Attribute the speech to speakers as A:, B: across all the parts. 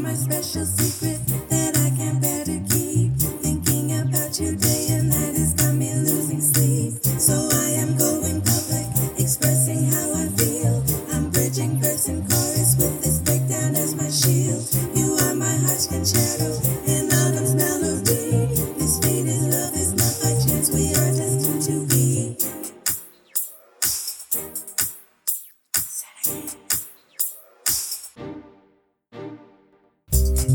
A: my special secret that I can't bear to keep. Thinking about you day and night has got me losing sleep. So I am going public, expressing how I feel. I'm bridging verse and chorus with this breakdown as my shield. You are my heart's concerto in autumn's melody. This fate is love is not by chance. We are destined to be.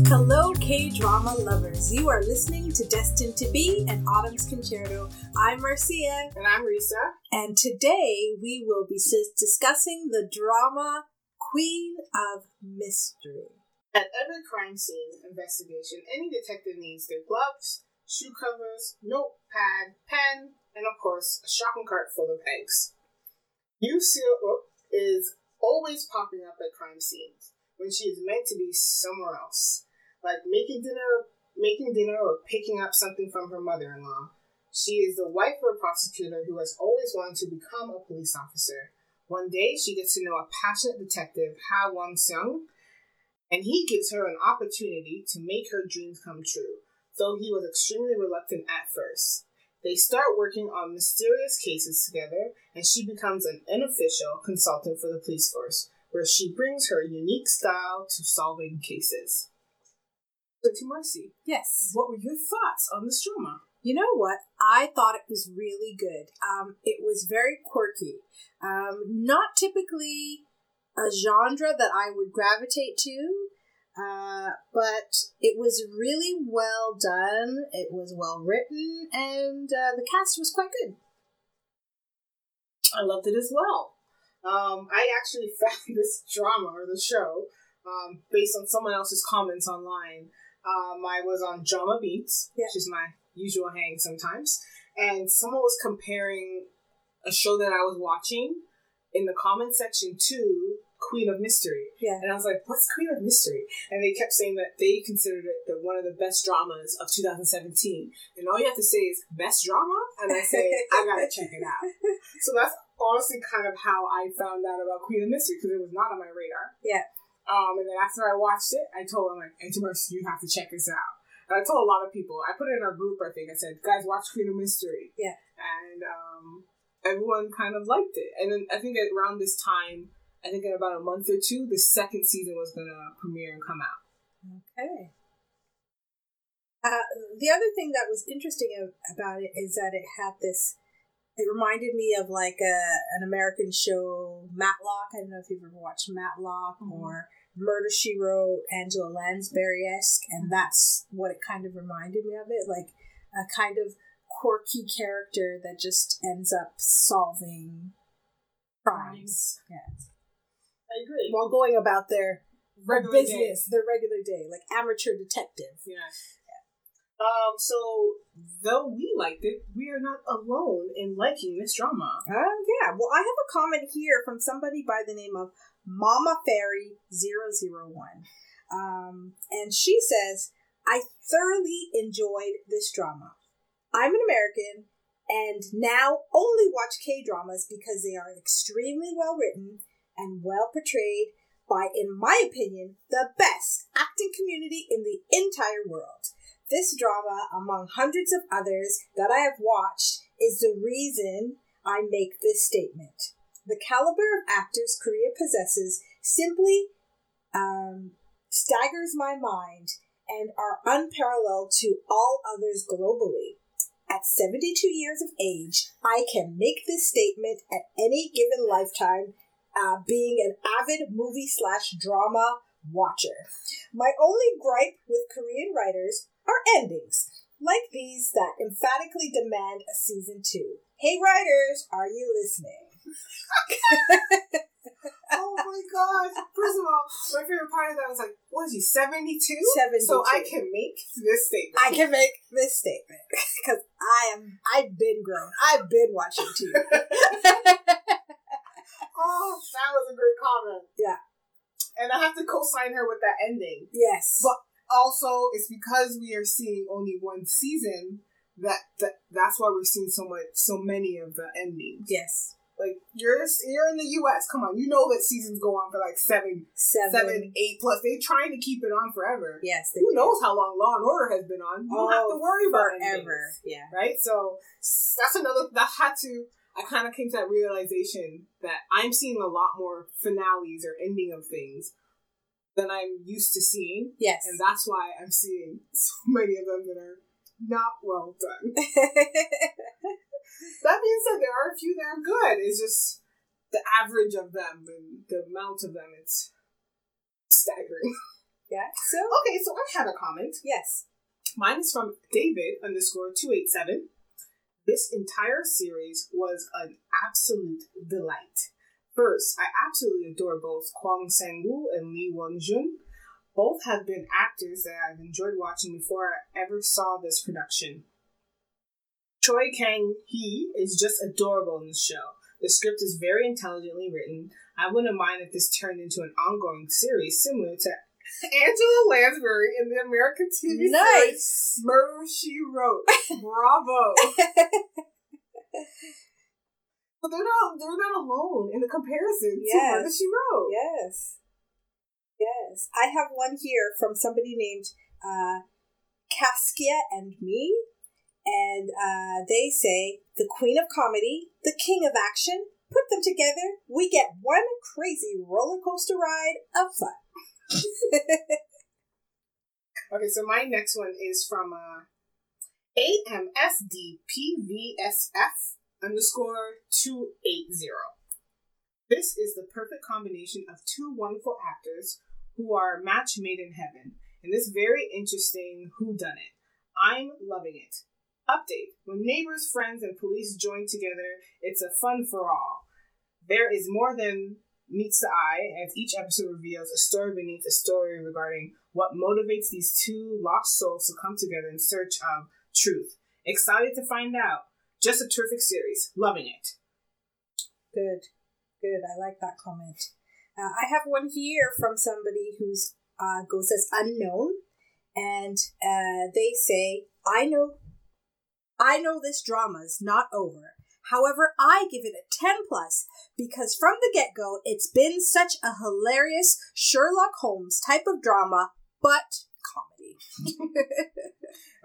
B: Hello, K drama lovers. You are listening to Destined to Be and Autumn's Concerto. I'm Marcia,
C: And I'm Risa.
B: and today we will be sis- discussing the drama Queen of Mystery.
C: At every crime scene investigation, any detective needs their gloves, shoe covers, notepad, pen, and of course, a shopping cart full of eggs. Lucille is always popping up at crime scenes when she is meant to be somewhere else, like making dinner, making dinner, or picking up something from her mother-in-law. She is the wife of a prosecutor who has always wanted to become a police officer. One day, she gets to know a passionate detective, Ha Won Sung, and he gives her an opportunity to make her dreams come true, though he was extremely reluctant at first. They start working on mysterious cases together, and she becomes an unofficial consultant for the police force, where she brings her unique style to solving cases. So, to Marcy,
B: Yes.
C: what were your thoughts on this drama?
B: You know what? I thought it was really good. Um, it was very quirky. Um, not typically a genre that I would gravitate to, uh, but it was really well done. It was well written, and uh, the cast was quite good.
C: I loved it as well. Um, I actually found this drama or the show um, based on someone else's comments online. Um, I was on Drama Beats,
B: Yeah.
C: which is my usual hang sometimes, and someone was comparing a show that I was watching in the comment section to Queen of Mystery.
B: Yeah.
C: And I was like, what's Queen of Mystery? And they kept saying that they considered it the, one of the best dramas of 2017. And all you have to say is, best drama? And I say, I gotta check it out. So that's honestly kind of how I found out about Queen of Mystery because it was not on my radar.
B: Yeah.
C: Um, and then after I watched it, I told him like, "Antimerce, you have to check this out." And I told a lot of people. I put it in our group. I think I said, "Guys, watch Queen of Mystery."
B: Yeah.
C: And um, everyone kind of liked it. And then I think at around this time, I think in about a month or two, the second season was gonna premiere and come out.
B: Okay. Uh, the other thing that was interesting a- about it is that it had this. It reminded me of like a an American show, Matlock. I don't know if you've ever watched Matlock
C: Mhm.
B: or Murder She Wrote, Angela Lansbury esque, and that's what it kind of reminded me of. It like a kind of quirky character that just ends up solving crimes. Yeah.
C: I agree.
B: While going about their
C: Regular
B: business, their regular day, like amateur detective.
C: Yeah. Um. So though we liked it, we are not alone in liking this drama.
B: Oh yeah. Well, I have a comment here from somebody by the name of Mama Fairy 001. Um, and she says, I thoroughly enjoyed this drama. I'm an American and now only watch K dramas because they are extremely well written and well portrayed by, in my opinion, the best acting community in the entire world. This drama, among hundreds of others that I have watched, is the reason I make this statement. The caliber of actors Korea possesses simply um, staggers my mind and are unparalleled to all others globally. At 72 years of age, I can make this statement at any given lifetime, uh, being an avid movie slash drama watcher. My only gripe with Korean writers are endings, like these that emphatically demand a season two. Hey, writers, are you listening?
C: oh my god! First of all, my favorite part of that was like, what is he, 72?
B: 72.
C: So I can make this statement.
B: I can make this statement because I am. I've been grown. I've been watching TV.
C: Oh, that was a great comment.
B: Yeah.
C: And I have to co sign her with that ending.
B: Yes,
C: But- Also, it's because we are seeing only one season that, that that's why we're seeing so much so many of the endings.
B: yes,
C: Like you're you're in the U.S. Come on, you know that seasons go on for like seven,
B: Seven.
C: seven, eight plus. They're trying to keep it on forever.
B: Yes. They
C: Who
B: do.
C: knows how long Law and Order has been on? You don't have to
B: Oh,
C: worry about endings,
B: Forever. Yeah.
C: right? So s- that's another. That had to. I kind of came to that realization that I'm seeing a lot more finales or ending of things than I'm used to seeing,
B: Yes.
C: and that's why I'm seeing so many of them that are not well done. That being said, there are a few that are good. It's just the average of them and the amount of them. It's staggering.
B: yeah. So
C: Okay, so I had a comment.
B: yes.
C: Mine is from David underscore two eight seven. This entire series was an absolute delight. First, I absolutely adore both Kwang Sang-woo and Lee Won-jun. Both have been actors that I've enjoyed watching before I ever saw this production. Choi Kang-hee is just adorable in this show. The script is very intelligently written. I wouldn't mind if this turned into an ongoing series similar to Angela Lansbury in the American TV series
B: Nice.
C: Murder She Wrote. Bravo. but they're not they're not alone in the comparison
B: Yes.
C: to Murder She Wrote.
B: Oh, Yes. Yes. I have one here from somebody named uh, Kaskia and me. And uh, they say the queen of comedy, the king of action, put them together, we get one crazy roller coaster ride of fun.
C: Okay, so my next one is from uh, AMSDPVSF underscore 280. This is the perfect combination of two wonderful actors who are a match made in heaven in this very interesting whodunit. I'm loving it. Update When neighbors, friends, and police join together, it's a fun for all. There is more than meets the eye as each episode reveals a story beneath a story regarding what motivates these two lost souls to come together in search of truth. Excited to find out. Just a terrific series. Loving it.
B: Good. Good. I like that comment. Uh, I have one here from somebody who's uh, goes as unknown, and uh, they say, "I know, I know this drama's not over. However, I give it a ten plus because from the get go, it's been such a hilarious Sherlock Holmes type of drama, but comedy.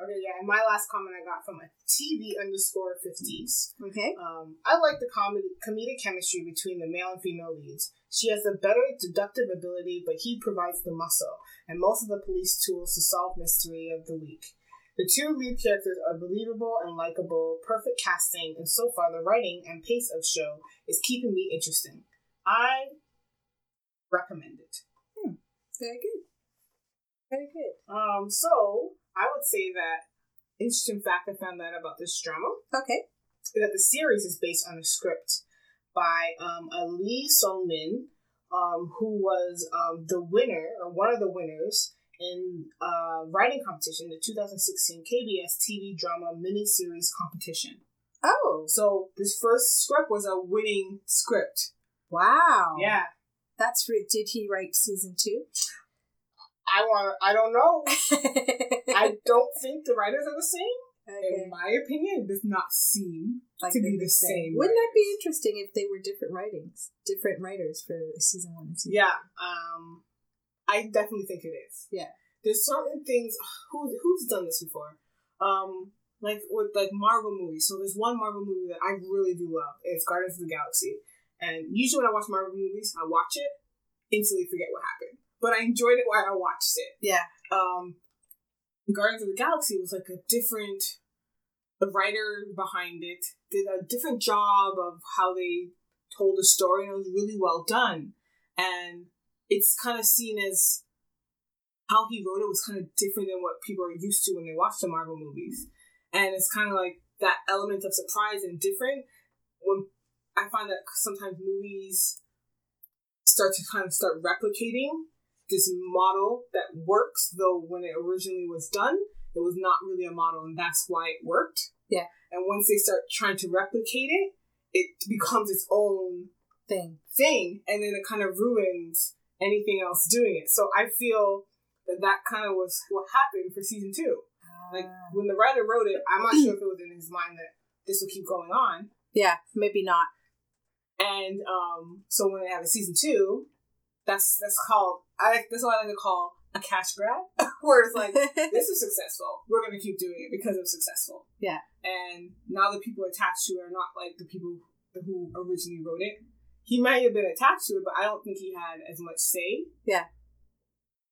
C: Okay, yeah, and my last comment I got from a TV underscore 50s.
B: Okay,
C: Um, I like the comedy comedic chemistry between the male and female leads. She has a better deductive ability, but he provides the muscle and most of the police tools to solve mystery of the week. The two lead characters are believable and likable, perfect casting, and so far the writing and pace of show is keeping me interesting. I recommend it.
B: very good, very good.
C: Um, so I would say that interesting fact I found out about this drama
B: Okay,
C: that the series is based on a script by um, a Lee Sung Min, um, who was um, the winner or one of the winners in uh, writing competition, the 2016 KBS TV drama miniseries competition.
B: oh
C: So this first script was a winning script. Um,
B: wow,
C: Yeah,
B: that's re- did he write season two?
C: I want. I don't know.
B: I,
C: I don't think the writers are the same. In
B: okay.
C: my opinion, it does not seem
B: Like
C: to be
B: they're
C: the same.
B: Wouldn't that
C: writers.
B: be interesting if they were different writings, different writers for season one and season?
C: Yeah. Um I definitely think it is.
B: Yeah.
C: There's certain things who who's done this before? Um like with like Marvel movies. So there's one Marvel movie that I really do love. It's Guardians of the Galaxy. And usually when I watch Marvel movies, I watch it, instantly forget what happened. But I enjoyed it while I watched it.
B: Yeah.
C: Um Guardians of the Galaxy was like a different the writer behind it did a different job of how they told the story and it was really well done and it's kind of seen as how he wrote it was kind of different than what people are used to when they watch the marvel movies and it's kind of like that element of surprise and different when i find that sometimes movies start to kind of start replicating this model that works though when it originally was done it was not really a model and that's why it worked
B: Yeah.
C: and once they start trying to replicate it it becomes its own
B: Thing.
C: thing and then it kind of ruins anything else doing it so i feel that that kind of was what happened for season two like
B: Ah.
C: when the writer wrote it i'm not sure if it was in his mind that this would keep going on
B: yeah, maybe not.
C: And um, so when they have a season two, that's that's called I that's what I like to call a cash grab, where it's like this is successful. We're going to keep doing it because it was successful.
D: Yeah.
C: And now the people attached to it are not like the people who originally wrote it. He might have been attached to it, but I don't think he had as much say.
D: Yeah.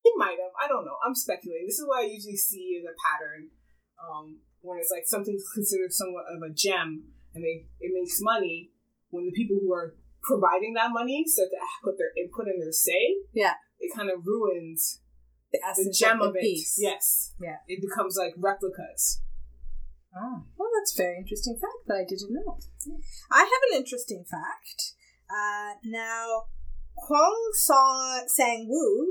C: He might have. I don't know. I'm speculating. This is what I usually see as a pattern um, when it's like something's considered somewhat of a gem and they, it makes money when the people who are providing that money start to put their input and their say.
D: Yeah.
C: It kind of ruins
D: The
C: the
D: essence
C: gem
D: of
C: of,
D: the
C: it.
D: piece.
C: Yes.
D: Yeah.
C: It becomes like replicas.
D: Ah, well, that's a very interesting fact that I didn't know.
B: I have an interesting fact. Uh, now, Kwong Song Sang Woo,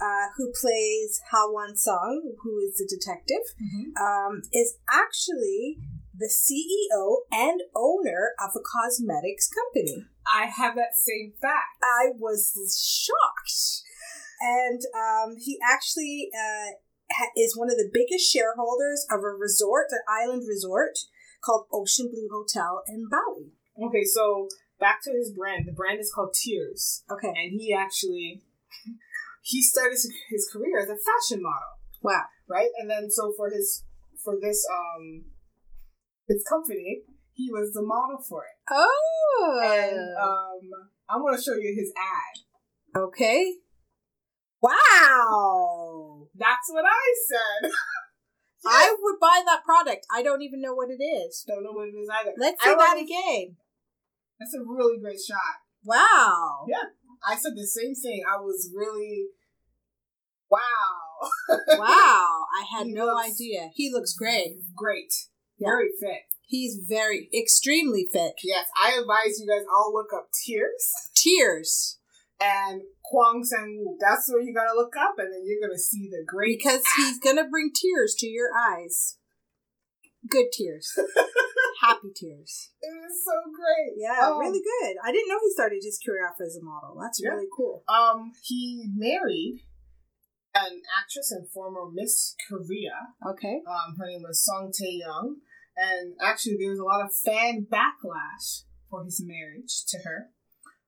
B: uh, who plays Ha Wan Song, who is the detective,
D: Mm-hmm.
B: um, is actually the CEO and owner of a cosmetics company.
C: I have that same fact.
B: I was shocked. And um, he actually uh, ha- is one of the biggest shareholders of a resort, an island resort called Ocean Blue Hotel in Bali.
C: Okay, so back to his brand. The brand is called Tears,
B: Okay.
C: and he actually he started his career as a fashion model,
D: Wow.
C: right? And then so for his for this um his company, he was the model for it.
D: Oh.
C: And um I'm gonna show you his ad.
D: okay.
B: Wow.
C: That's what I said.
D: Oh. I would buy that product. I don't even know what it is.
C: Don't know what it is either.
D: Let's
C: I
D: see that
C: was-
D: again.
C: That's a really great shot.
D: Wow.
C: I said the same thing. I was really, wow,
D: Wow. I had
C: He
D: no
C: looks-
D: idea. He looks great.
C: great,
D: Yeah.
C: very fit.
D: He's very, extremely fit.
C: Yes, I advise you guys all look up Tears
D: Tears.
C: and Kwang Sang Woo. That's what you gotta look up, and then you're gonna see the great.
D: Because he's going to bring tears to your eyes. Good tears. Happy tears.
C: It is so great.
B: Yeah,
C: Um,
B: really good. I didn't know he started his career off as a model. That's
C: Yeah.
B: really cool.
C: Um, he married an actress and former Miss Korea.
D: Okay.
C: Um, her name was Song Tae Young, and actually there was a lot of fan backlash for his marriage to her.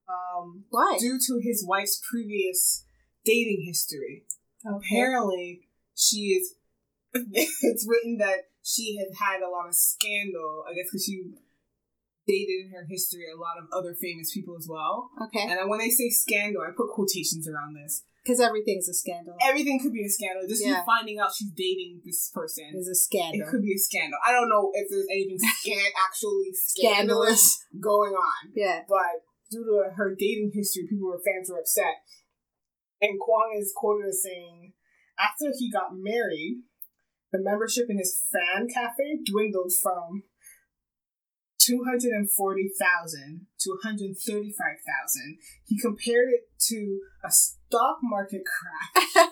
C: Um,
D: Why?
C: due to his wife's previous dating history. Apparently, she is. it's written that she had had a lot of scandal, I guess, because she dated in her history a lot of other famous people as well.
D: Okay.
C: And when they say scandal, I put quotations around this.
D: Because everything's a scandal.
C: Everything could be a scandal. Just you
D: Yeah.
C: finding out she's dating this person.
D: Is a
C: It
D: scandal.
C: could be a scandal. I don't know if there's anything scan- actually scandalous
D: Scandalous.
C: going on
D: Yeah.
C: but due to her dating history, people were fans were upset. And Kwang is quoted as saying, after he got married, the membership in his fan cafe dwindled from 240,000 to 135,000. He compared it to a stock market crash.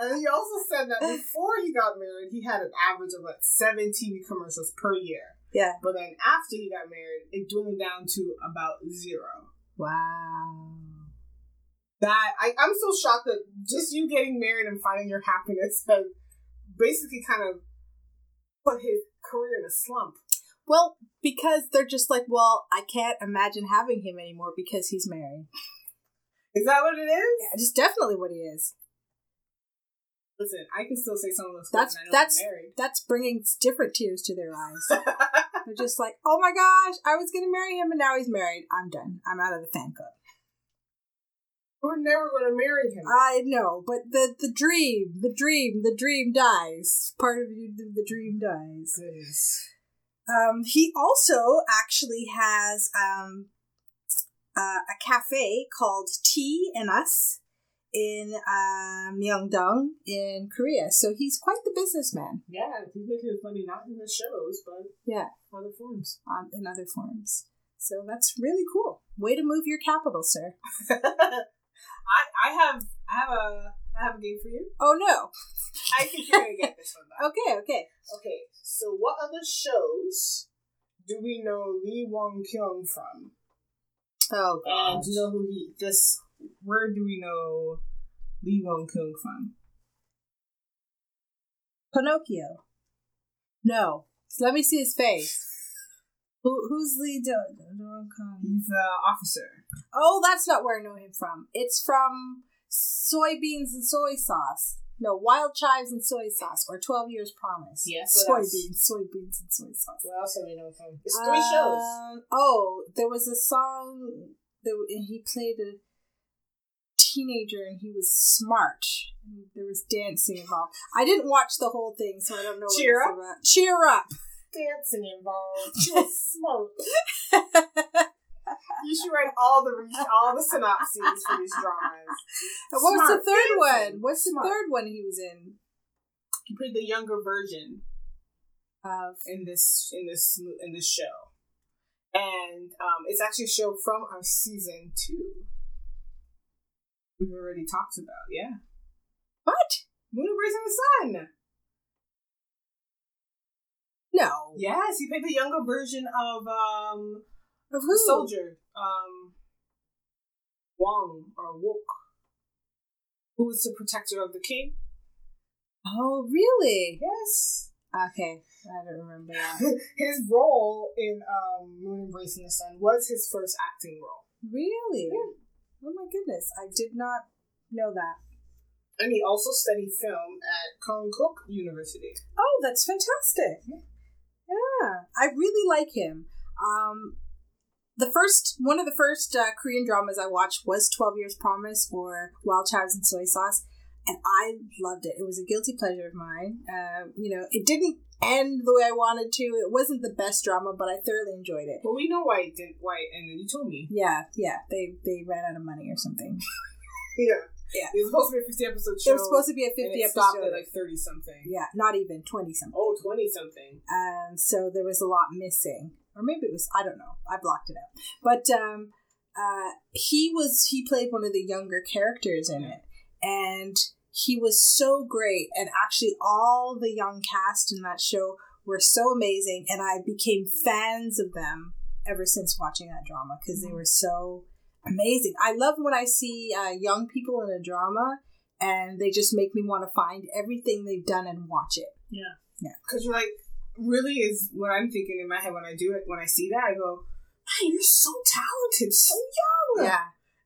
C: and he also said that before he got married, he had an average of like seven TV commercials per year.
D: Yeah.
C: But then after he got married, it dwindled down to about zero.
D: Wow.
C: That I, I'm so shocked that just you getting married and finding your happiness has basically kind of put his career in a slump.
D: Well, because they're just like, well, I can't imagine having him anymore because he's married.
C: Is that what it is?
D: That is definitely what he is.
C: Listen, I can still say some of those
D: That's-
C: things. I know
D: that's-
C: I'm married.
D: That's bringing different tears to their eyes. they're just like, oh my gosh, I was going to marry him and now he's married. I'm done. I'm out of the fan club.
C: We're never going to marry him.
D: I know, but the, the dream, the dream, the dream dies. Part of you, the, the dream dies.
C: Goodness.
B: Um, he also actually has um, uh, a cafe called Tea and Us in uh,
D: um,
B: Myeongdong in Korea.
D: So he's quite the businessman
C: Yeah, he's making his money not in the shows, but
D: Yeah.
C: other forms.
D: on, in other forms. So that's really cool. Way to move your capital, sir.
C: I I have I have a I have a game for you.
D: Oh no.
C: I think you're gonna get this one. Though.
D: Okay, okay.
C: Okay, so what other shows do we know Lee Wong Kyung from?
D: Oh,
C: And do you know who he this where do we know Lee Wong Kyung from?
D: Pinocchio. No. Let me see his face.
B: Who, who's the do- Doron Khan?
C: He's an officer.
B: Oh, that's not where I know him from. It's from soybeans and soy sauce. No, wild chives and soy sauce, or Twelve Years Promise.
C: Yes, what else?
B: soybeans, soybeans and soy sauce.
C: What else do we know from? It's three shows.
B: Um, Oh, there was a song that w- and he played a teenager, and he was smart. And there was dancing involved. I didn't watch the whole thing, so I don't know.
C: Cheer
B: what it's about. Cheer up.
C: Dancing involved. Smoke. You should write all the re- all the synopses for these dramas.
B: And what was
C: Smart
B: the third
C: dancing.
B: one? What's the
C: Smart.
B: third one he was in?
C: He played the younger version
B: Of
C: in this in this in this show, and um, it's actually a show from our season two. We've already talked about, yeah.
B: what?
C: Moon Embracing the Sun.
B: No.
C: Yes, he played the younger version of um
B: Of
C: the
B: who?
C: soldier, um Wong or Wook, who was the protector of the king.
B: Oh, really?
C: Yes.
B: Okay, I don't remember that.
C: His role in um, Moon Embracing the Sun was his first acting role.
B: really? Oh my goodness, I did not know that.
C: And he also studied film at Kong Cook University.
B: Oh, that's fantastic. Yeah, I really like him. Um, the first one of the first uh, Korean dramas I watched was Twelve Years Promise or Wild Chives and Soy Sauce, and I loved it. It was a guilty pleasure of mine. Uh, you know, it didn't end the way I wanted to. It wasn't the best drama, but I thoroughly enjoyed it.
C: Well, we know why it didn't, why, and you told me.
B: Yeah, yeah, they they ran out of money or something.
C: Yeah.
B: Yeah.
C: It was supposed to be a 50 episode show.
B: It was supposed to be a
C: and
B: fifty
C: it stopped
B: episode.
C: at like 30 something.
B: yeah, not even twenty something.
C: Oh, 20 something.
B: and so there was a lot missing or maybe it was i don't know i blocked it out but um uh he was he played one of the younger characters in it and he was so great and actually all the young cast in that show were so amazing and i became fans of them ever since watching that drama because they were so amazing i love when i see uh, young people in a drama and they just make me want to find everything they've done and watch it
C: Because you're like, really is what I'm thinking in my head when I do it, when I see that, I go, man, you're so talented, so young.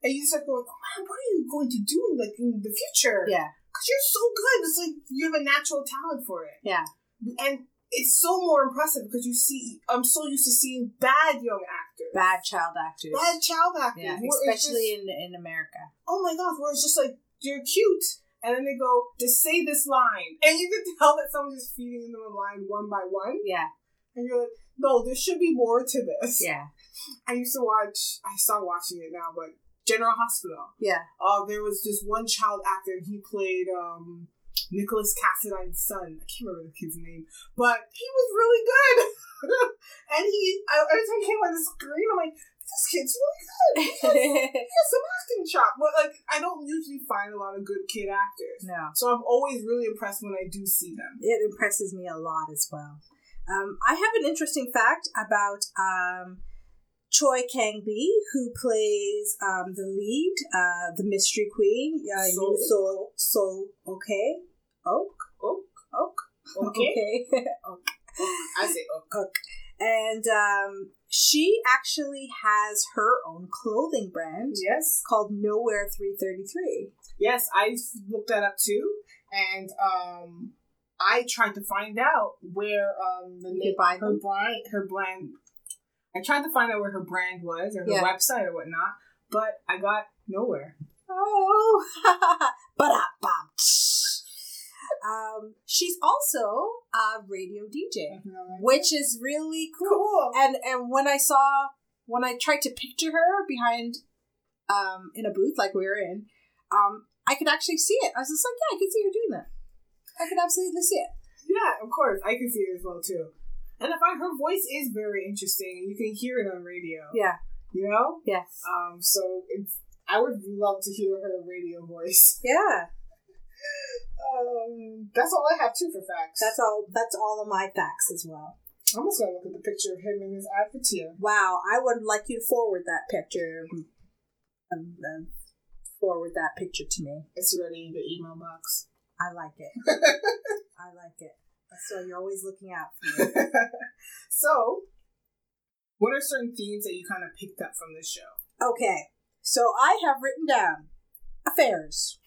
C: And you just like, go, "Oh, man, what are you going to do like in the future?
B: yeah
C: Because you're so good. It's like you have a natural talent for it.
B: yeah
C: And it's so more impressive because you see, I'm so used to seeing bad young actors.
B: bad child actors.
C: Bad child actors.
B: yeah,
C: where it's
B: especially
C: just-
B: in in America.
C: oh my gosh, where it's just like, you're cute. And then they go, just say this line. And you can tell that someone's just feeding them a line one by one.
B: Yeah,
C: And you're like, no, there should be more to this.
B: yeah,
C: I used to watch, I stopped watching it now, but General Hospital.
B: yeah.
C: Uh, there was this one child actor, and he played um, Nicholas Cassadine's son. I can't remember the kid's name, but he was really good. and he, I, every time he came on the screen, I'm like, this kid's really good. He has, he has some acting chop. But, like, I don't usually find a lot of good kid actors.
B: no,
C: So I'm always really impressed when I do see them.
B: it impresses me a lot as well. Um, I have an interesting fact about um, Choi Kang Lee, who plays um, the lead, uh, the Mystery Queen, uh, Yoo So So Okay, Oak
C: Oh,
B: Oak
C: okay.
B: okay.
C: I say, oh.
B: cook. And um, she actually has her own clothing brand
C: Yes.
B: called Nowhere 333.
C: Yes, I looked that up too, and um, I tried to find out where um the
B: You
C: name-
B: could buy
C: her
B: them?
C: brand her brand. I tried to find out where her brand was or her
B: Yeah.
C: website or whatnot, but I got nowhere.
B: Oh, but um, she's also a radio DJ, which is really cool.
C: Cool.
B: And and when I saw when I tried to picture her behind um in a booth like we were in, um, I could actually see it. I was just like, yeah, I can see her doing that. I could absolutely see it.
C: Yeah, of course, I can see it as well too. And I find her voice is very interesting, and you can hear it on radio.
B: Yeah,
C: You know,
B: yeah,
C: um, so it's I would love to hear her radio voice.
B: yeah.
C: Um, that's all I have too for facts.
B: That's all. That's all of my facts as well.
C: I'm just gonna look at the picture of him in his ad for Tia.
B: Wow, I would like you to forward that picture. Um, um, forward that picture to me.
C: It's already in the email box.
B: I like it. I like it. So you're always looking out for me.
C: so, What are certain themes that you kind of picked up from this show?
B: Okay, so I have written down affairs,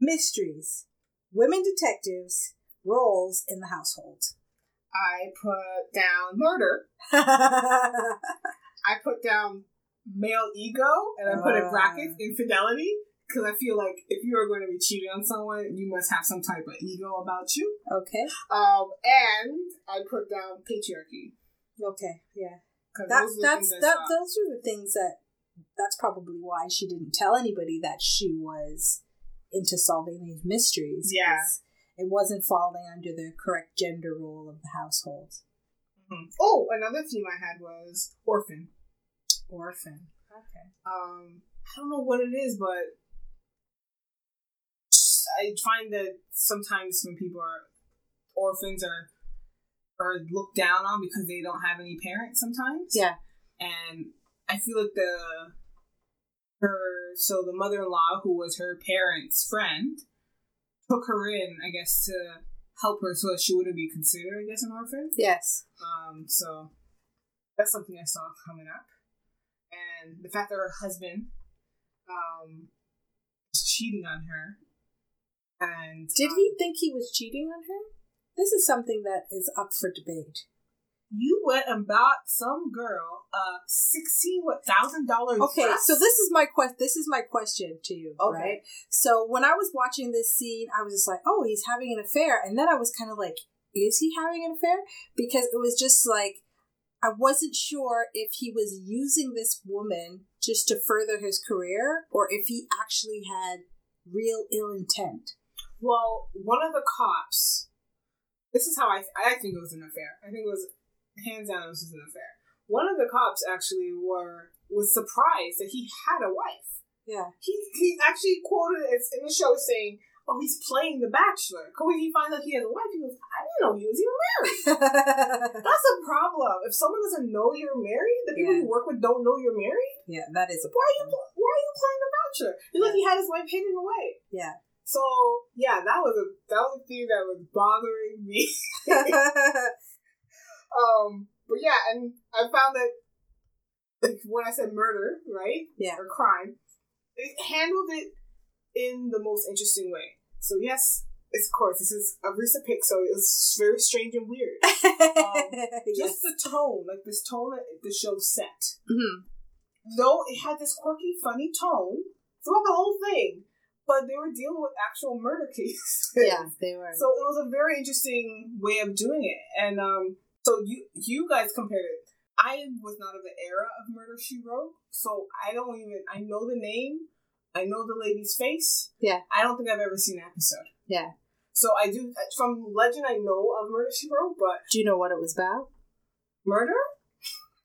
B: mysteries, women detectives, roles in the household.
C: I put down murder. I put down male ego, and I put in
B: Ah.
C: brackets infidelity because I feel like if you are going to be cheating on someone, you must have some type of ego about you.
B: okay,
C: Um, and I put down patriarchy.
B: okay, yeah.
C: 'cause
B: That,
C: those are the
B: that's
C: things I
B: that.
C: saw.
B: Those are the things that. That's probably why she didn't tell anybody that she was into solving these mysteries.
C: Yeah.
B: 'cause it wasn't falling under the correct gender role of the household.
C: Mhm. Oh, another theme I had was orphan.
B: Orphan. Okay.
C: um I don't know what it is, but I find that sometimes when people are orphans are are looked down on because they don't have any parents sometimes.
B: Yeah.
C: And I feel like the her so the mother in law who was her parents' friend took her in, I guess, to help her so that she wouldn't be considered, I guess, an orphan.
B: Yes.
C: Um, so that's something I saw coming up, and the fact that her husband, um, was cheating on her, and
B: Did
C: um,
B: he think he was cheating on her? This is something that is up for debate.
C: You went and bought some girl a sixteen what thousand dollars?
B: Okay, so this is my quest. This is my question to you,
C: Okay.
B: right? So when I was watching this scene, I was just like, "Oh, he's having an affair," and then I was kind of like, "Is he having an affair?" Because it was just like I wasn't sure if he was using this woman just to further his career or if he actually had real ill intent.
C: Well, one of the cops. This is how I I think it was an affair. I think it was hands down. This was an affair. One of the cops actually were was surprised that he had a wife.
B: Yeah.
C: He he actually quoted it in the show saying, "Oh, he's playing The Bachelor." 'Cause When he finds out he has a wife, he goes, "I didn't know he was even married." That's a problem. If someone doesn't know you're married, the people
B: Yeah.
C: you work with don't know you're married.
B: yeah, that is a
C: Why are you Why are you playing The Bachelor? It's like he had his wife hidden away.
B: Yeah.
C: So yeah, that was a that was a thing that was bothering me. Um, but yeah, and I found that like, when I said murder, right?
B: Yeah.
C: Or crime, it handled it in the most interesting way. So yes, it's, of course, this is a recent pick, so it's very strange and weird.
B: Um,
C: Just the tone, like this tone that the show set.
B: Mhm.
C: Though it had this quirky, funny tone throughout the whole thing, but they were dealing with actual murder cases.
B: yeah, they were.
C: So it was a very interesting way of doing it, and um, so you you guys compared it. I was not of the era of Murder She Wrote, so I don't even I know the name, I know the lady's face.
B: Yeah.
C: I don't think I've ever seen an episode.
B: Yeah.
C: So I do uh, from legend I know of Murder She Wrote, but
B: Do you know what it was about?
C: murder.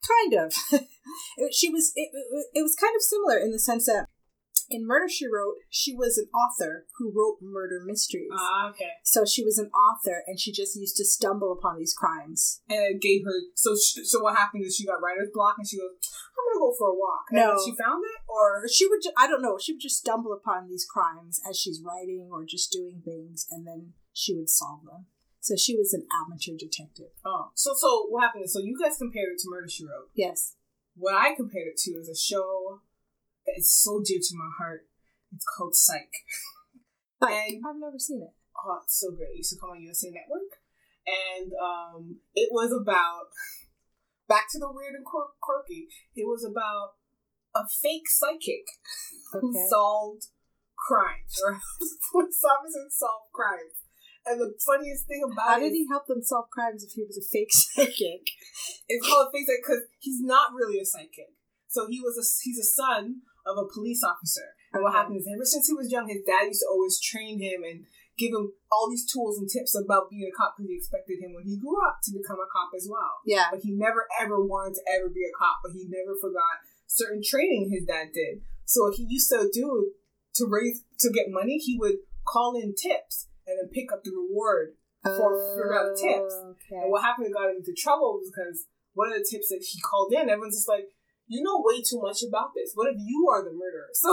B: Kind of. It- she was. It, it, it was kind of similar in the sense that in Murder She Wrote, she was an author who wrote murder mysteries.
C: Ah, okay.
B: so she was an author, and she just used to stumble upon these crimes.
C: And it gave her so sh so what happened is she got writer's block and she goes I'm gonna go for a walk. And
B: No.
C: she found it
B: Or she would. Ju- I don't know. She would just stumble upon these crimes as she's writing or just doing things, and then she would solve them. So she was an amateur detective.
C: oh so so what happened is so you guys compared it to Murder She Wrote.
B: Yes.
C: what I compared it to is a show that is so dear to my heart. It's called Psych.
B: But
C: And-
B: I've never seen it.
C: Oh, it's so great. It used to come on USA Network. And um, it was about, back to the weird and quir- quirky, it was about a fake psychic who
B: Okay.
C: solved crimes, or police officers solved crimes. And the funniest thing
B: How
C: about it
B: did
C: is-
B: he help them solve crimes if he was a fake psychic?
C: It's called a fake psychic because he's not really a psychic. So he was a he's a son of a police officer. And what
B: Okay.
C: happened is ever since he was young, his dad used to always train him and give him all these tools and tips about being a cop because he expected him when he grew up to become a cop as well.
B: Yeah.
C: But he never ever wanted to ever be a cop, but he never forgot certain training his dad did. So what he used to do to raise to get money, he would call in tips and then pick up the reward for for out tips.
B: Okay.
C: And what happened that got him into trouble was because one of the tips that he called in, everyone's just like, you know way too much about this. What if you are the murderer? So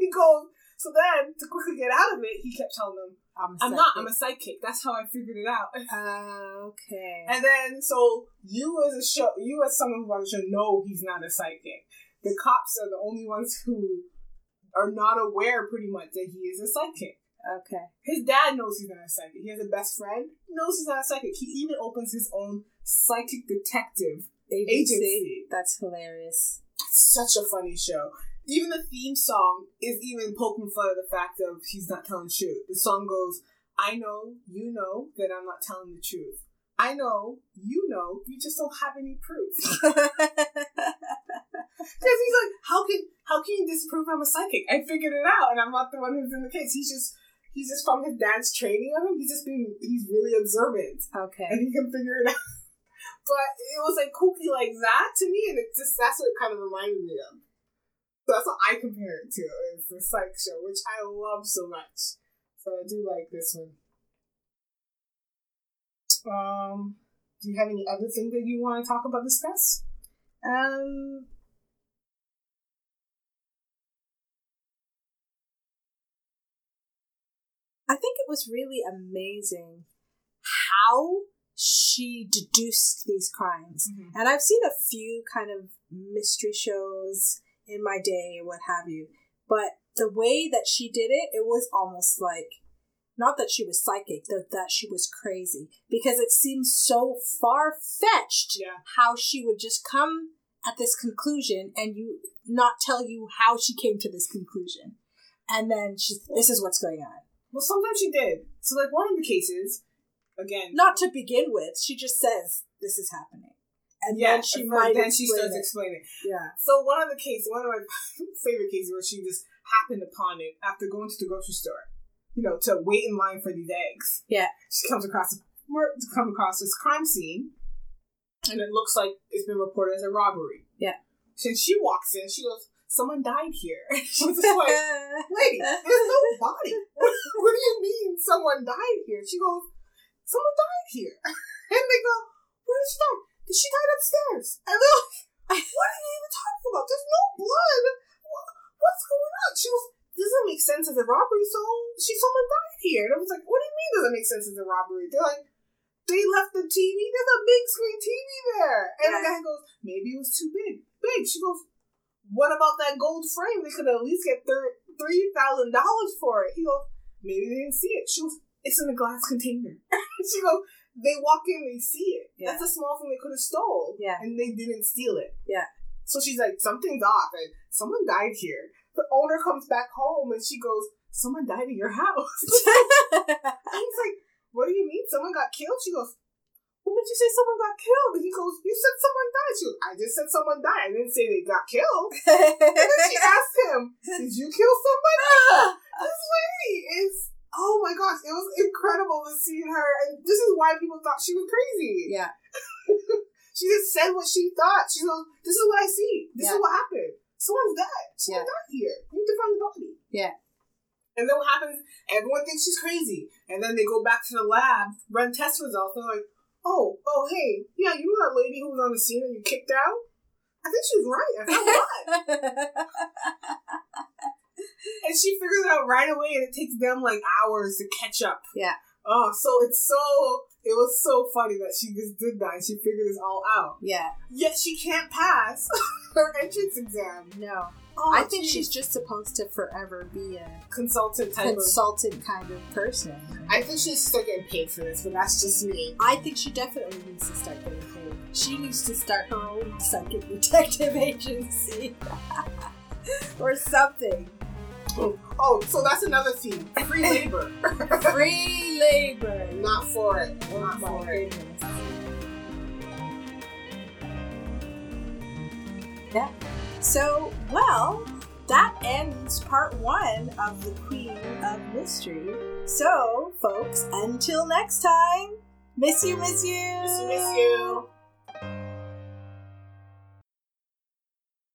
C: he goes, So then, to quickly get out of it, he kept telling them,
B: I'm, Oh,
C: I'm not, I'm a psychic. That's how I figured it out.
B: okay.
C: And then, so you as a show, you as someone who on the show know he's not a psychic. The cops are the only ones who are not aware, pretty much, that he is a psychic.
B: okay.
C: His dad knows he's not a psychic. He has a best friend knows he's not a psychic. He even opens his own psychic detective
B: Agency.
C: agency.
B: That's hilarious.
C: It's such a funny show. Even the theme song is even poking fun at the fact of he's not telling the truth. The song goes, I know, you know that I'm not telling the truth. I know, you know, you just don't have any proof. Because he's like, how can how can you disprove I'm a psychic? I figured it out, and I'm not the one who's in the case. He's just he's just from his dad's training of him. He's just being he's really observant and
B: Okay.
C: he can figure it out. But it was like kooky like that to me, and it just that's what it kind of reminded me of. So that's what I compare it to is the psych show, which I love so much. So I do like this one. Um, do you have any other thing that you want to talk about discuss?
B: Um. I think it was really amazing how she deduced these crimes.
C: Mhm.
B: And I've seen a few kind of mystery shows in my day, what have you. But the way that she did it, it was almost like not that she was psychic, that that she was crazy because it seems so far fetched
C: Yeah.
B: how she would just come at this conclusion and you not tell you how she came to this conclusion. And then she's, this is what's going on.
C: Well, sometimes she did. So like one of the cases, again,
B: Not to begin with, she just says this is happening, and
C: yeah,
B: then she
C: but
B: might
C: then she starts
B: explain it.
C: explaining.
B: Yeah,
C: So one of the cases, one of my favorite cases, where she just happened upon it after going to the grocery store, you know, to wait in line for these eggs.
B: Yeah.
C: she comes across mur- come across this crime scene, and it looks like it's been reported as a robbery.
B: Yeah.
C: Since she walks in, she goes, "Someone died here." she was just like, "Lady, there's no body. what do you mean someone died here?" She goes, "Someone died here," and they go, "Where did she die?" She died upstairs. And they're like, what are you even talking about? There's no blood. Wha- What's going on? She was. Doesn't make sense as a robbery. So she someone died here, and I was like, "What do you mean doesn't make sense as a robbery?" They're like, "They left the TV. There's a big screen TV there." And the
B: Yeah.
C: guy goes, "Maybe it was too big." Big. She goes, "What about that gold frame? They could at least get thir- three thousand dollars for it." He goes, "Maybe they didn't see it." She goes, "It's in a glass container." she goes, "They walk in, they see it.
B: Yeah.
C: That's a small thing they could have stole,
B: Yeah.
C: and they didn't steal it."
B: Yeah.
C: So she's like, something's off, and someone died here. The owner comes back home, and she goes, "Someone died in your house." and he's like, "What do you mean? Someone got killed?" She goes, "What would you say? Someone got killed?" And he goes, "You said someone died." She goes, "I just said someone died. I didn't say they got killed." And then she asked him, "Did you kill somebody?" this lady is. Oh my gosh, it was incredible to see her, and this is why people thought she was crazy.
B: yeah,
C: She just said what she thought. She goes, "This is what I see. This
B: Yeah.
C: is what happened. Someone's dead. Someone
B: Yeah.
C: died here. We need to find the body."
B: Yeah.
C: And then what happens? Everyone thinks she's crazy, and then they go back to the lab, run test results, and they're like, "Oh, oh, hey, yeah, you know that lady who was on the scene and you kicked out? I think she's right. I found blood." and she figures it out right away, and it takes them like hours to catch up.
B: Yeah.
C: Oh, so it's so it was so funny that she just did that. and She figured this all out.
B: yeah.
C: Yet she can't pass her entrance exam.
B: No,
C: Oh,
B: I think
C: geez.
B: she's just supposed to forever be a
C: consultant type of.
B: consultant kind of person.
C: I think she's still getting paid for this, but that's just me.
B: I think she definitely needs to start getting paid. She needs to start her own psychic detective agency or something.
C: Oh, so that's another theme: free labor.
B: Free labor.
C: Not for it. Not
B: My
C: for it.
B: goodness. Yeah. So, well, that ends part one of The Queen of Mystery. So, folks, until next time, miss you, miss you.
C: Miss you, miss you.